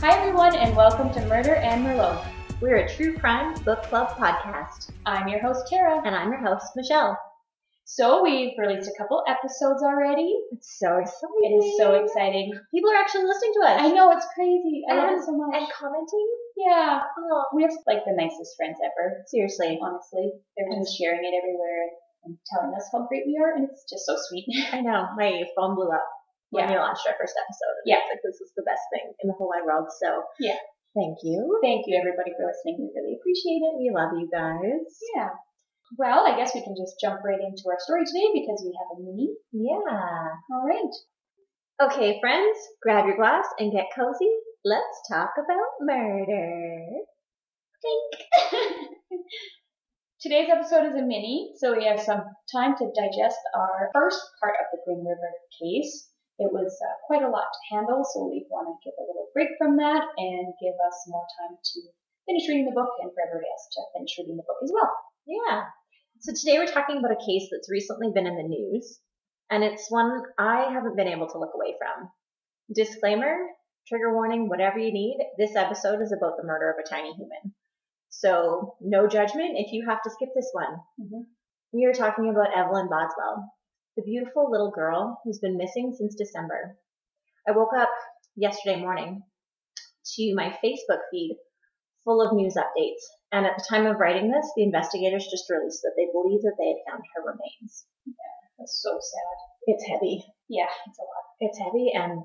Hi, everyone, and welcome to Murder and Merlot. We're a true crime book club podcast, I'm your host, Tara. and I'm your host, Michelle. So, we've released a couple episodes already. It's so exciting. It is so exciting. People are actually listening to us I know, it's crazy. I love And- it so much. and commenting. yeah, Oh, we have like the nicest friends ever, seriously. honestly. They're just sharing it everywhere and telling us how great we are, and it's just so sweet. I know. My phone blew up when yeah. we launched our first episode. Yeah. It's Like, this is the best thing in the whole wide world. So, Yeah. Thank you. Thank you, everybody, for listening. We really appreciate it. We love you guys. Yeah. Well, I guess we can just jump right into our story today because we have a mini. Yeah. All right. Okay, friends, grab your glass and get cozy. Let's talk about murder. Today's episode is a mini, so we have some time to digest our first part of the Green River case. It was uh, quite a lot to handle, so we want to give a little break from that and give us more time to finish reading the book and for everybody else to finish reading the book as well. Yeah. So today we're talking about a case that's recently been in the news, and it's one I haven't been able to look away from. Disclaimer, trigger warning, whatever you need, this episode is about the murder of a tiny human. So no judgment if you have to skip this one. Mhm. We are talking about Evelyn Boswell, the beautiful little girl who's been missing since December. I woke up yesterday morning to my Facebook feed full of news updates. And at the time of writing this, the investigators just released that they believe that they had found her remains. That's so sad. It's heavy. Yeah, it's a lot. It's heavy, and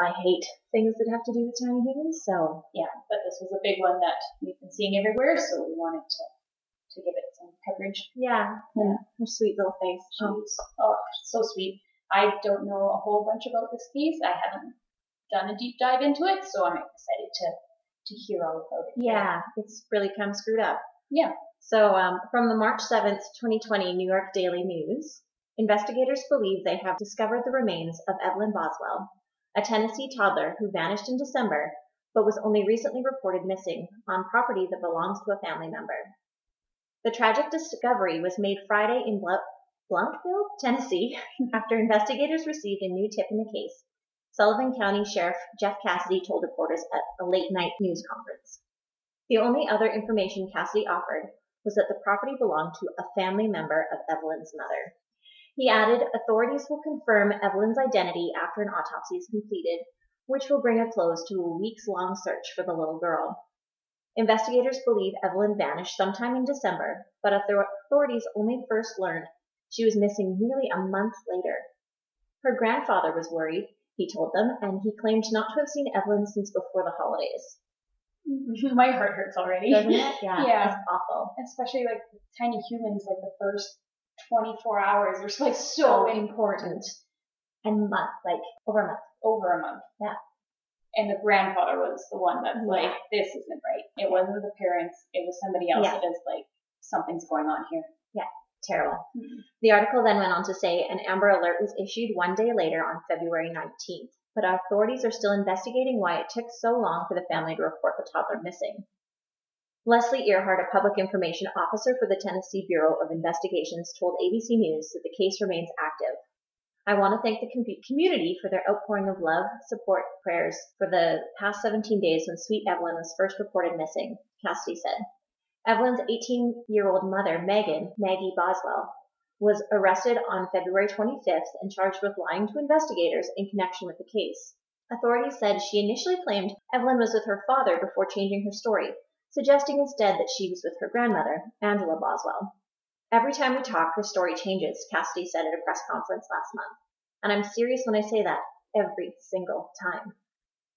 I hate things that have to do with tiny humans. So Yeah, but this was a big one that we've been seeing everywhere, so we wanted to, to give it some coverage. yeah, Yeah. her sweet little face. She was oh, so sweet. I don't know a whole bunch about this case. I haven't done a deep dive into it, so I'm excited to to hear all about it. Yeah, it's really kind of screwed up. Yeah. So um, from the March 7th, 2020 New York Daily News, investigators believe they have discovered the remains of Evelyn Boswell, a Tennessee toddler who vanished in December but was only recently reported missing on property that belongs to a family member. The tragic discovery was made Friday in Blount- Blountville, Tennessee, after investigators received a new tip in the case. Sullivan County Sheriff Jeff Cassidy told reporters at a late night news conference. The only other information Cassidy offered was that the property belonged to a family member of Evelyn's mother. He added, authorities will confirm Evelyn's identity after an autopsy is completed, which will bring a close to a weeks long search for the little girl. Investigators believe Evelyn vanished sometime in December, but author- authorities only first learned she was missing nearly a month later. Her grandfather was worried, he told them, and he claimed not to have seen Evelyn since before the holidays. My heart hurts already. Doesn't it? Yeah. Yeah. It's awful. Especially like tiny humans, like the first 24 hours. There's like so So many important. And month, like over a month. over a month. Yeah. And the grandfather was the one that's Yeah. like, this isn't right. It wasn't the parents. It was somebody else Yeah. that is like, something's going on here. Terrible. The article then went on to say an Amber Alert was issued one day later on February 19th, but authorities are still investigating why it took so long for the family to report the toddler missing. Leslie Earhart, a public information officer for the Tennessee Bureau of Investigations, told ABC News that the case remains active. I want to thank the com- community for their outpouring of love, support, prayers for the past 17 days when sweet Evelyn was first reported missing, Cassidy said. Evelyn's 18 year old mother, Megan, Maggie Boswell, was arrested on February 25th and charged with lying to investigators in connection with the case. Authorities said she initially claimed Evelyn was with her father before changing her story, suggesting instead that she was with her grandmother, Angela Boswell. Every time we talk, her story changes, Cassidy said at a press conference last month. And I'm serious when I say that every single time.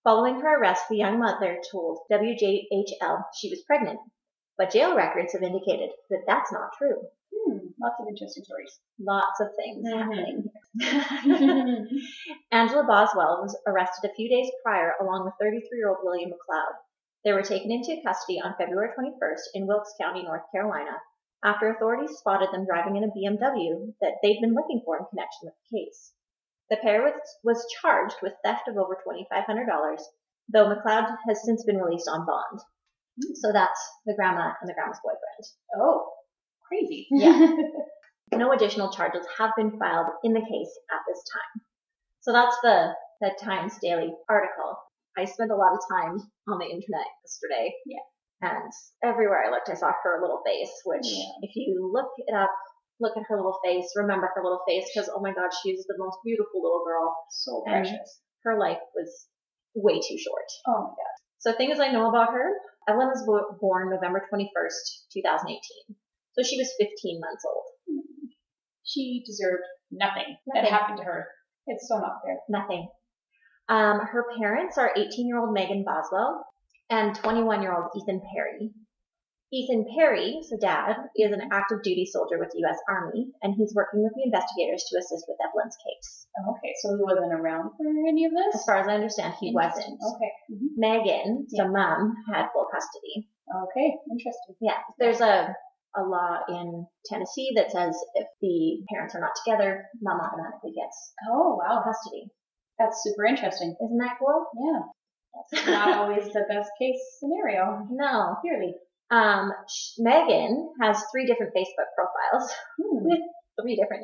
Following her arrest, the young mother told WJHL she was pregnant, but jail records have indicated that that's not true Hmm, lots of interesting stories. lots of things Mhm. happening here. Angela Boswell was arrested a few days prior along with 33 year old William McLeod. They were taken into custody on February 21st in Wilkes County, North Carolina, after authorities spotted them driving in a BMW that they'd been looking for in connection with the case. The pair was, was charged with theft of over $2,500, though McLeod has since been released on bond. So that's the grandma and the grandma's boyfriend. oh, crazy. Yeah. No additional charges have been filed in the case at this time. So that's the the Times Daily article. I spent a lot of time on the internet yesterday. Yeah. And everywhere I looked, I saw her little face, which Yeah. if you look it up, look at her little face, remember her little face, because oh my God, she's the most beautiful little girl. So And- precious. Her life was way too short. Oh my god. So things I know about her. Evelyn was bo- born November 21st, 2018. So she was 15 months old. Mm. She deserved nothing, that Nothing. happened to her. It's so not fair. Nothing. Um, her parents are 18 year old Megan Boswell and 21 year old Ethan Perry. Ethan Perry, so dad, is an active duty soldier with the U.S. Army, and he's working with the investigators to assist with Evelyn's case. Oh, Okay, so he wasn't around for any of this? As far as I understand, he wasn't. Okay. Mhm. Megan, so mom, had full custody. Mm-hmm. Okay, interesting. Yeah, there's a a law in Tennessee that says if the parents are not together, mom automatically gets Oh, wow. custody. That's super interesting. Isn't that cool? Yeah. That's not always the best case scenario, No. clearly. Um, sh- Megan has three different Facebook profiles, Hmm. three different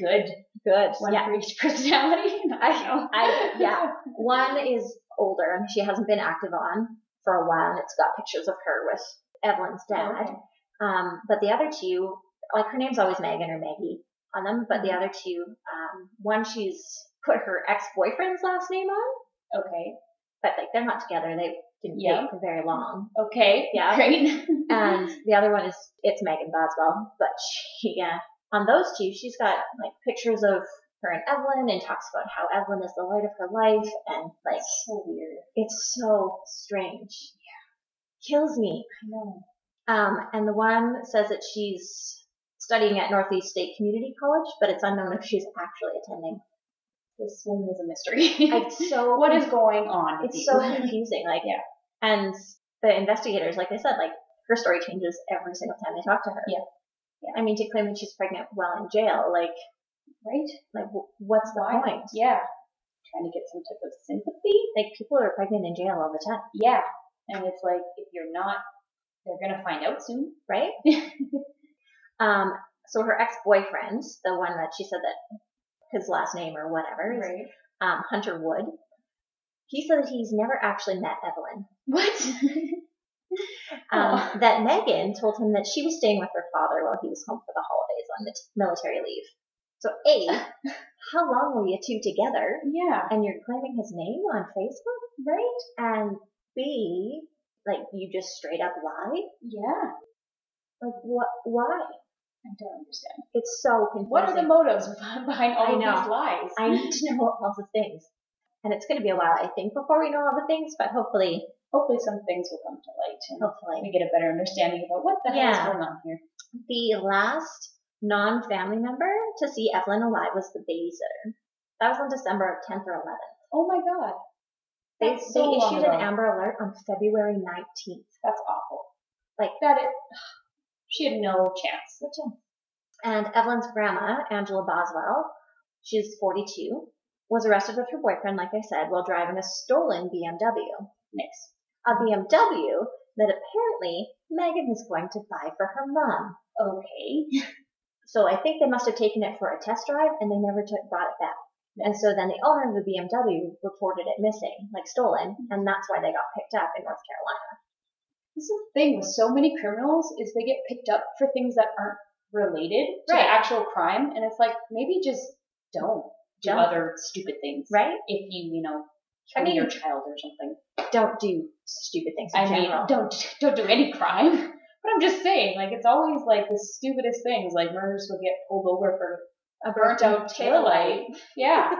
Good. Good. One Yeah. for each personality. I know. I- yeah. One is older and she hasn't been active on for a while, and it's got pictures of her with Evelyn's dad. Okay. Um, but the other two, like her name's always Megan or Maggie on them, but the Mm-hmm. other two, um, one she's put her ex-boyfriend's last name on, Okay. but like they're not together. They didn't Yeah. date for very long. Okay. Yeah. Um, Great. And the other one is it's Megan Boswell, but she, yeah, on those two, she's got like pictures of her and Evelyn and talks about how Evelyn is the light of her life and like so weird. it's so strange. Yeah. Kills me. I know. Um, and the one says that she's studying at Northeast State Community College, but it's unknown if she's actually attending. This woman is a mystery. It's so what is going on? with it's these? so confusing. Like Yeah. and the investigators, like I said, like her story changes every single time they talk to her. Yeah. Yeah. I mean, to claim that she's pregnant while in jail, like right? like wh- what's the Why? point? Yeah. Trying to get some type of sympathy. Like people are pregnant in jail all the time, Yeah. And it's like if you're not, they're gonna find out soon. right? um. So her ex-boyfriend, the one that she said that his last name or whatever is Right. um, Hunter Wood. He said that he's never actually met Evelyn. What? Um, Oh. That Megan told him that she was staying with her father while he was home for the holidays on mit- military leave. So, A, how long were you two together? yeah. And you're claiming his name on Facebook? Right. And B, like you just straight up lie? Yeah. Like, what? Why? I don't understand. It's so confusing. What are the motives behind all I of know. these lies? I need to know all the things. And it's going to be a while, I think, before we know all the things, but hopefully, Hopefully, some things will come to light and hopefully. we get a better understanding about what the hell Oh. Yeah. is going on here. the last non-family member to see Evelyn alive was the babysitter. That was on December 10th or 11th. Oh my god, They, That's so they long issued ago. an Amber Alert on February 19th. that's awful. Like- that, it, she had no chance. Which is- And Evelyn's grandma, Angela Boswell, she's 42, was arrested with her boyfriend, like I said, while driving a stolen BMW. Nice. A BMW that apparently Megan was going to buy for her mom. Okay. So I think they must have taken it for a test drive and they never took, brought it back. And so then the owner of the BMW reported it missing, like stolen, and that's why they got picked up in North Carolina. This is the thing with so many criminals is they get picked up for things that aren't related to the Right. actual crime, and it's like maybe just don't do Don't. other stupid things, Right? If you, you know, kill I mean- your child or something. Don't do stupid things in I mean, general. don't don't do any crime. But I'm just saying, like it's always like the stupidest things. Like murders will get pulled over for a burnt out taillight. Yeah.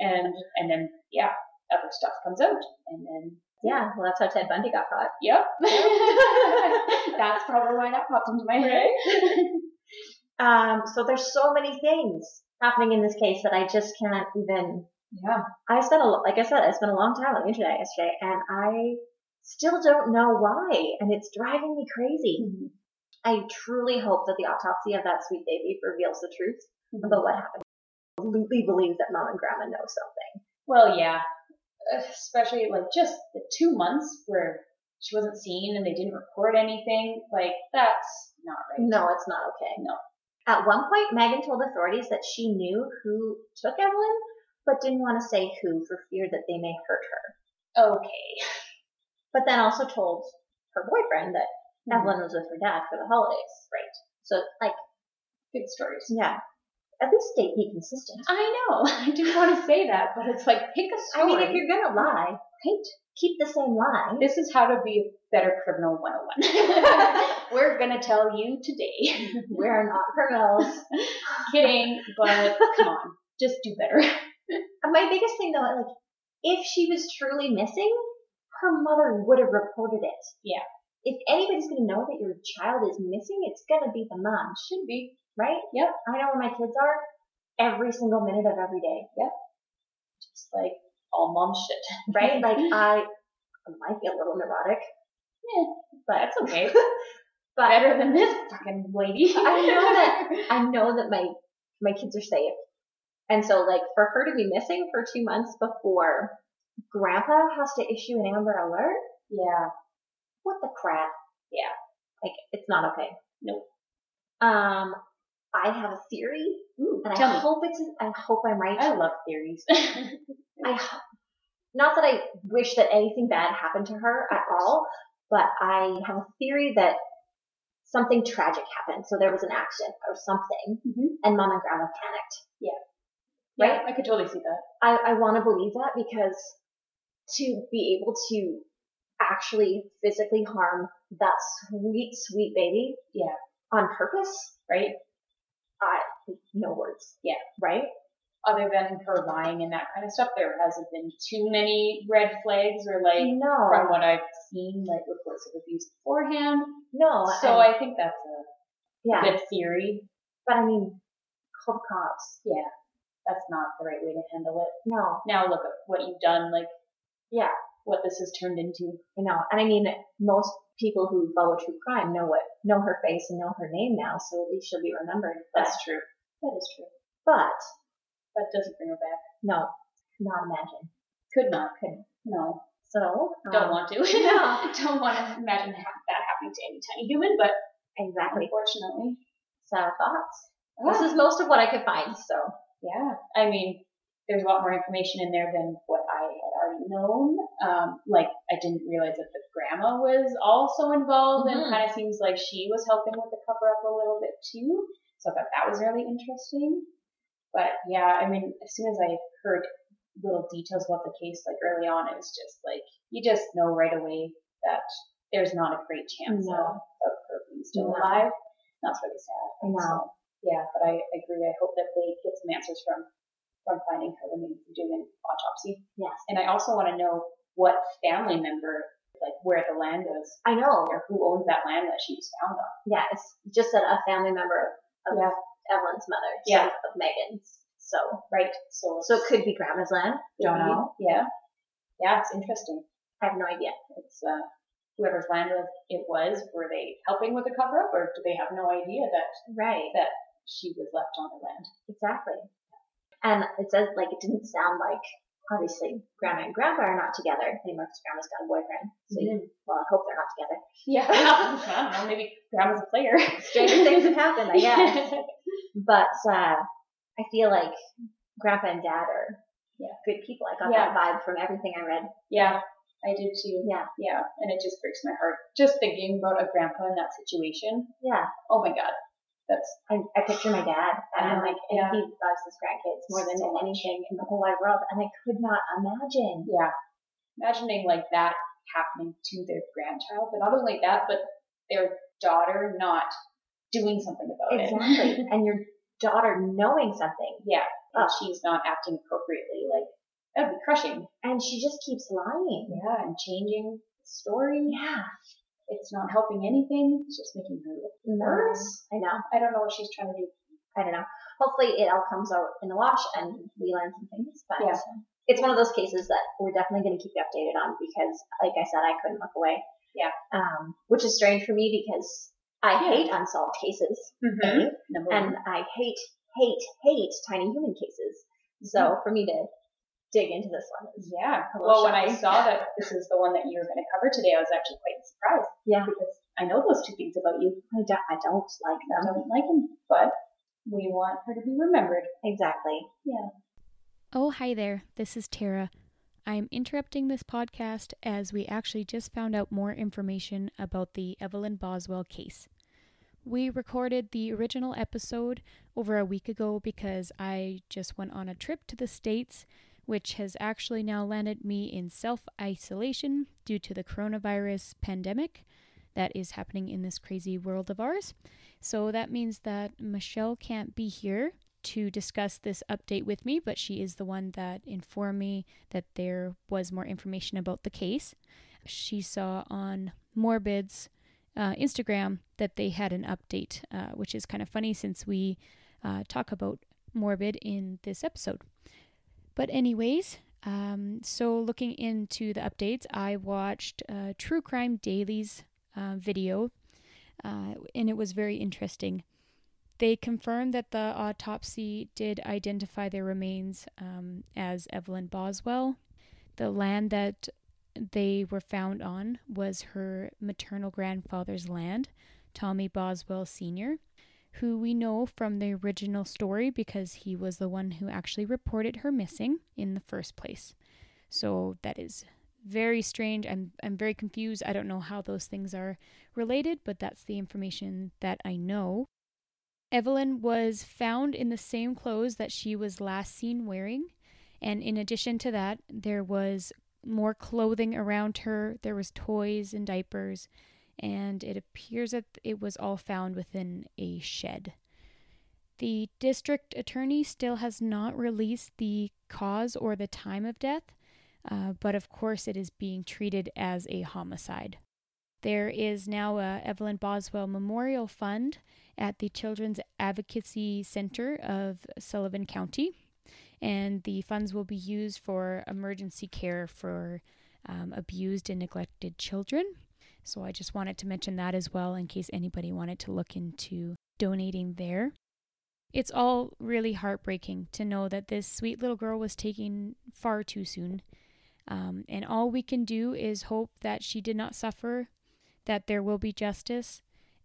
and and then yeah, other stuff comes out. And then Yeah, well, that's how Ted Bundy got caught. yep. That's probably why that popped into my head. Um, so there's so many things happening in this case that I just can't even. Yeah. I spent a lo- like I said, I spent a long time on the internet yesterday, and I still don't know why, and it's driving me crazy. I truly hope that the autopsy of that sweet baby reveals the truth about what happened. I Absolutely believe that mom and grandma know something. Well, yeah. Especially like just the two months where she wasn't seen and they didn't report anything. Like that's not right. No, it's not okay. No. At one point, Megan told authorities that she knew who took Evelyn, but didn't want to say who for fear that they may hurt her. Okay. but then also told her boyfriend that Mm-hmm. Evelyn was with her dad for the holidays. Right. So, like, Good stories. yeah, at least stay be consistent. I know. I do want to say that, but it's like pick a I story. mean, if you're gonna lie, right. keep the same lie. This is how to be a better criminal 101. We're gonna tell you today. We're not criminals. Kidding, but come on, just do better. And my biggest thing though, like, if she was truly missing, her mother would have reported it. Yeah. If anybody's gonna know that your child is missing, it's gonna be the mom, Should be. right? Yep. I know where my kids are every single minute of every day, Just like all mom shit. right? like I, I might be a little neurotic, Yeah, but that's okay. but better than this fucking lady. I know that. I know that my my kids are safe. And so like for her to be missing for two months before grandpa has to issue an amber alert, Yeah. what the crap? Yeah. Like it's not okay. Nope. Um I have a theory Ooh, and I tell me. Oh. hope it's I hope I'm right. I love theories. I ho- not that I wish that anything bad happened to her at all, but I have a theory that something tragic happened. So there was an accident or something, Mhm. and mom and grandma panicked. right? I could totally see that. I, I want to believe that because to be able to actually physically harm that sweet, sweet baby, Yeah. on purpose, Right? no words, Yeah. right? Other than her lying and that kind of stuff, there hasn't been too many red flags or like no, from what I've seen, like reports of abuse beforehand. no. So and- I think that's a yeah, good theory. but I mean, call the cops. Yeah, that's not the right way to handle it. No, Now look at what you've done, like yeah, what this has turned into. you know, and I mean, most people who follow true crime know what know her face and know her name now, so at least she'll be remembered. But, That's true. That is true. but That doesn't bring her back. no, not imagine. Could not. Couldn't. No. So Don't um, want to. No. Don't want to imagine ha- that happening to any tiny human, but exactly. unfortunately. So thoughts. This is most of what I could find. So Yeah, I mean, there's a lot more information in there than what I had already known. Um, like, I didn't realize that the grandma was also involved, Mhm. and kind of seems like she was helping with the cover up a little bit too. So I thought that was really interesting. But yeah, I mean, as soon as I heard little details about the case, like early on, it was just like you just know right away that there's not a great chance No. of, of her being still No. alive. That's really sad. I know. So, yeah, but I agree. I hope that they get some answers from from finding her when they do an autopsy. yes, And I also want to know what family member, like where the land is, I know. or who owns that land that she was found on. Yeah, it's just that a family member of, of Yeah. Evelyn's mother. so Yeah. of Megan's. So Right. So so it could be grandma's land. Don't maybe- know. Yeah. Yeah, it's interesting. I have no idea. It's uh, whoever's land it was. Were they helping with the cover up, or do they have no idea that Right. she was left on the land? Exactly. And it says like it didn't sound like obviously grandma and grandpa are not together anymore because grandma's got a boyfriend. So you, well, I hope they're not together. Yeah. I don't know. Maybe grandma's a player. Stranger things have happened, I guess. But uh, I feel like grandpa and dad are Yeah. good people. I got Yeah. that vibe from everything I read. Yeah, I did too. Yeah. Yeah, and it just breaks my heart just thinking about a grandpa in that situation. Yeah. Oh my god, that's I, I picture my dad, and I'm like, and Yeah. he loves his grandkids more than So much. anything in the whole wide world. And I could not imagine. yeah. Imagining like that happening to their grandchild, but not only that, but their daughter not doing something about it. Exactly. and your daughter knowing something. yeah, and Ugh. she's not acting appropriately. Like that'd be crushing. And she just keeps lying. Yeah, and changing the story. Yeah. It's not helping anything. It's just making her look worse. I know. I don't know what she's trying to do. I don't know. Hopefully, it all comes out in the wash and we learn some things. But Yeah. it's one of those cases that we're definitely going to keep you updated on because, like I said, I couldn't look away. Yeah. Um, which is strange for me because I Yeah. hate unsolved cases Mm-hmm. Number and I hate, hate, hate tiny human cases. So Mm-hmm. for me to dig into this one is Yeah. A Well, little when I shocking. saw that this is the one that you were going to cover today, I was actually quite surprised. Yeah. Because I know those two things about you. I don't, I don't like I them don't like him, but we want her to be remembered. exactly. Oh, hi there. This is Tara. I am interrupting this podcast as we actually just found out more information about the Evelyn Boswell case. We recorded the original episode over a week ago because I just went on a trip to the States, which has actually now landed me in self isolation due to the coronavirus pandemic that is happening in this crazy world of ours. So that means that Michelle can't be here to discuss this update with me, but she is the one that informed me that there was more information about the case. She saw on Morbid's uh, Instagram that they had an update, uh, which is kind of funny since we uh, talk about Morbid in this episode. But, anyways, um, so looking into the updates, I watched uh, True Crime Daily's uh, video, uh, and it was very interesting they confirmed that the autopsy did identify their remains um, as Evelyn Boswell. The land that they were found on was her maternal grandfather's land, Tommy Boswell Sr., who we know from the original story because he was the one who actually reported her missing in the first place. So that is very strange. I'm, I'm very confused. I don't know how those things are related, but that's the information that I know. Evelyn was found in the same clothes that she was last seen wearing. And in addition to that, there was more clothing around her, there was toys and diapers, and it appears that it was all found within a shed. The district attorney still has not released the cause or the time of death, uh, but of course it is being treated as a homicide. There is now a Evelyn Boswell Memorial Fund at the Children's Advocacy Center of Sullivan County, and the funds will be used for emergency care for um, abused and neglected children. So I just wanted to mention that as well in case anybody wanted to look into donating there. It's all really heartbreaking to know that this sweet little girl was taken far too soon. Um, and all we can do is hope that she did not suffer that there will be justice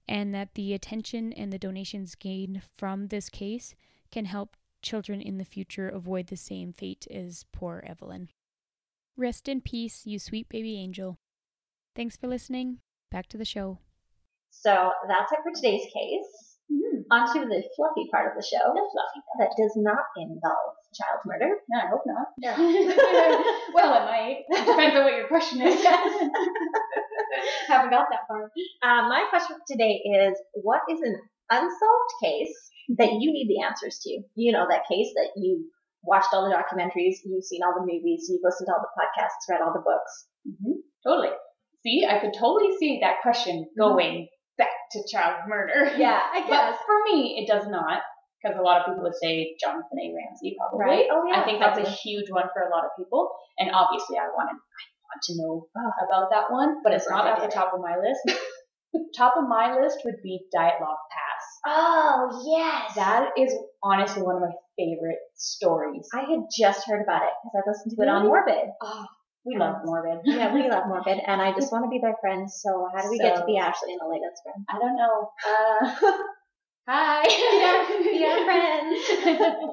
and that the attention and the donations gained from this case can help children in the future avoid the same fate as poor Evelyn. Rest in peace, you sweet baby angel. Thanks for listening. Back to the show. So that's it for today's case. Mm-hmm. Onto the fluffy part of the show The fluffy. that does not involve child murder. No, I hope not. No. well, it might. It depends on what your question is. Haven't got that far. Uh, my question for today is what is an unsolved case that you need the answers to? You know, that case that you watched all the documentaries, you've seen all the movies, you've listened to all the podcasts, read all the books. Mhm. Totally. See, I could totally see that question going back to child murder. Yeah, I But for me, it does not, because a lot of people would say Jonathan A. Ramsey probably. Right? Oh, yeah. I think that's a probably. huge one for a lot of people, and obviously, I wanted I want to know Ugh. about that one, but it's Never not at the did it. top of my list. top of my list would be Dietlov Pass. Oh, yes. That is honestly one of my favorite stories. I had just heard about it because I listened to it on Really? Morbid. Oh, we love Morbid. Yeah, we love Morbid, and I just want to be their friend. So how do we get So- to be Ashley and Elena's friend? I don't know. Uh, hi. Be our friend.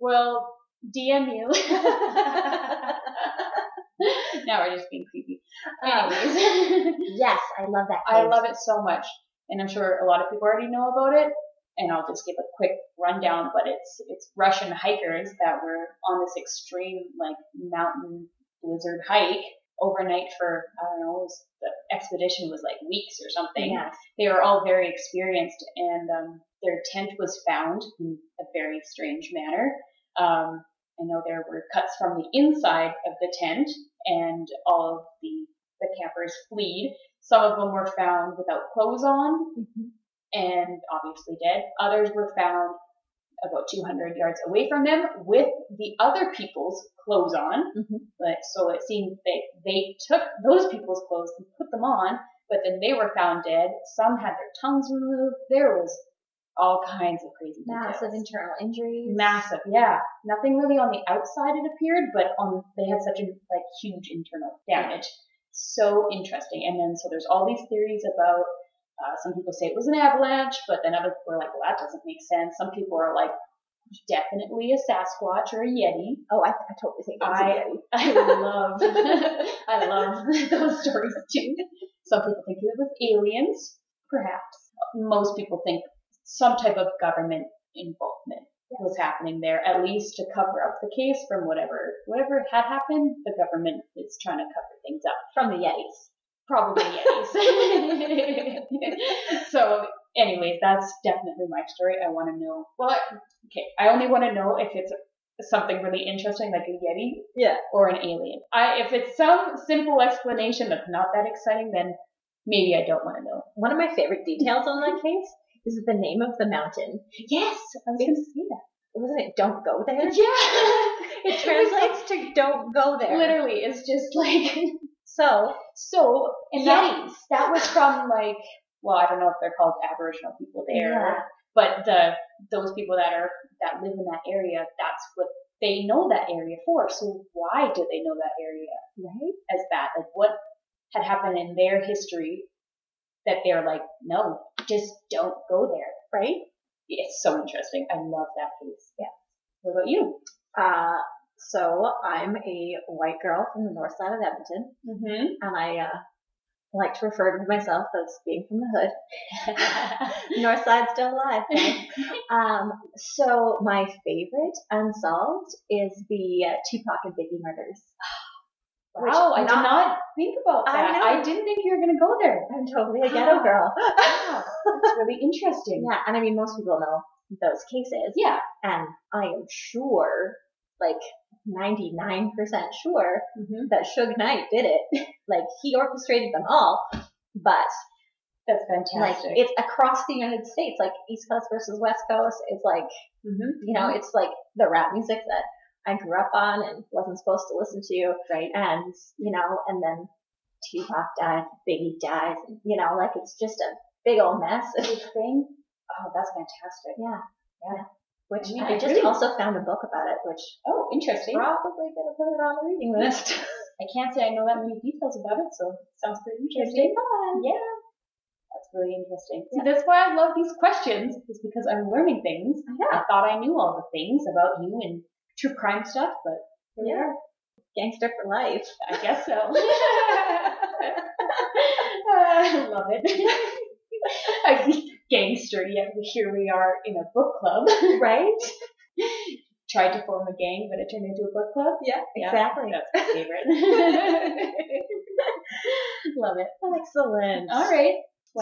well, DM you. now we're just being creepy. Ah. Anyways, yes, I love that. I love it so much, and I'm sure a lot of people already know about it. And I'll just give a quick rundown, but it's it's Russian hikers that were on this extreme like mountain blizzard hike overnight for I don't know, it was, the expedition was like weeks or something Yes. they were all very experienced, and um, their tent was found in a very strange manner. Um, I know there were cuts from the inside of the tent, and all of the, the campers fled. Some of them were found without clothes on and obviously dead. Others were found about 200 yards away from them with the other people's clothes on. Mhm. But so it seems they they took those people's clothes and put them on, but then they were found dead. Some had their tongues removed. There was all kinds of crazy Massive details. internal injuries. Massive, yeah. Nothing really on the outside it appeared, but on they had such a like huge internal damage. So interesting. And then so there's all these theories about. Uh, some people say it was an avalanche, but then other people are like, well, that doesn't make sense. Some people are like, definitely a Sasquatch or a Yeti. Oh, I, I totally think that's a I- Yeti. I love, I love those stories too. Some people think it was aliens, perhaps. Most people think some type of government involvement was happening there, at least to cover up the case from whatever whatever had happened. The government is trying to cover things up. from the Yetis. Probably yes. so, anyways, that's definitely my story. I want to know. Well, I- okay, I only want to know if it's something really interesting, like a yeti, Yeah. or an alien. I if it's some simple explanation that's not that exciting, then maybe I don't want to know. One of my favorite details on that case is the name of the mountain. Yes, I was going to say that. Wasn't it Don't Go There? Yeah, It translates to Don't Go There. Literally, it's just like So, so. And that Yetis. that was from like well i don't know if they're called aboriginal people there Yeah. but the those people that are that live in that area that's what they know that area for so why did they know that area Right? as that like what had happened in their history that they're like no just don't go there Right? it's so interesting i love that piece Yeah. what about you Uh, so, I'm a white girl from the north side of Edmonton, mm-hmm. and I uh, like to refer to myself as being from the hood. North side still alive. um, so, my favorite unsolved is the uh, Tupac and Biggie murders. Which wow i did not think about I that know. i didn't think you were going to go there I'm totally a ghetto girl. Wow, that's really interesting. Yeah, and I mean, most people know those cases, Yeah. and I am sure, like 99% sure, Mm-hmm. that Suge Knight did it. like, he orchestrated them all, but, That's like, fantastic. it's across the United States, like, East Coast versus West Coast. It's like, mm-hmm. you know, it's like the rap music that I grew up on and wasn't supposed to listen to, right. and, you know, and then Tupac died, Biggie dies, you know, like, it's just a big old mess. Big thing. Oh, that's fantastic. Yeah. Yeah. Which I mean, I they just really- also found a book about it, which Oh, interesting. probably gonna put it on the reading list. I can't say I know that many details about it, so it sounds pretty Should be interesting. fun. Yeah. That's really interesting. See, that's why I love these questions, is because I'm learning things. I know. I thought I knew all the things about you and true crime stuff, but here we Yeah. are. Gangster for life. I guess so. I love it. I- Gangster, yet here we are in a book club. right? Tried to form a gang, but it turned into a book club. Yeah, Yeah. exactly. That's my favorite. love it. Excellent. All right.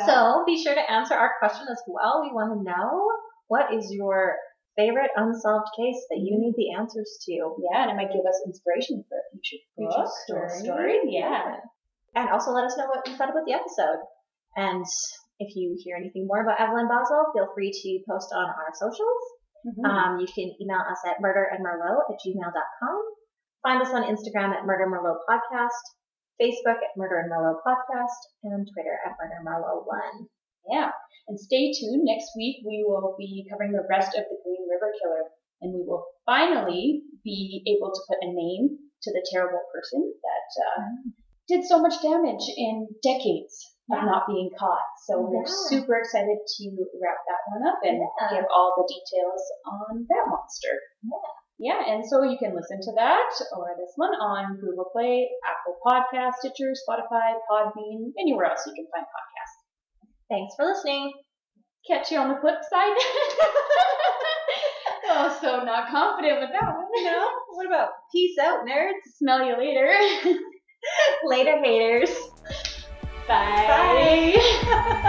So be sure to answer our question as well. We want to know what is your favorite unsolved case that you need the answers to. yeah, and it might give us inspiration for a future Future book or story. story. Yeah. And also let us know what you thought about the episode. And if you hear anything more about Evelyn Boswell, feel free to post on our socials. Mm-hmm. Um, you can email us at murderandmerlot at gmail.com. Find us on Instagram at Murder Merlot Podcast, Facebook at Murder and Merlot Podcast, and Twitter at Murder Merlot One. Yeah. And stay tuned. Next week, we will be covering the rest of the Green River Killer, and we will finally be able to put a name to the terrible person that uh, Mm-hmm. did so much damage in decades of Yeah. not being caught. So we're Yeah. super excited to wrap that one up and Yeah. give all the details on that monster. Yeah, and so you can listen to that or this one on Google Play, Apple Podcasts, Stitcher, Spotify, Podbean, anywhere else you can find podcasts. Thanks for listening. Catch you on the flip side. oh, so not confident with that one. No? What about peace out, nerds? Smell you later. Later, haters. Bye. Bye.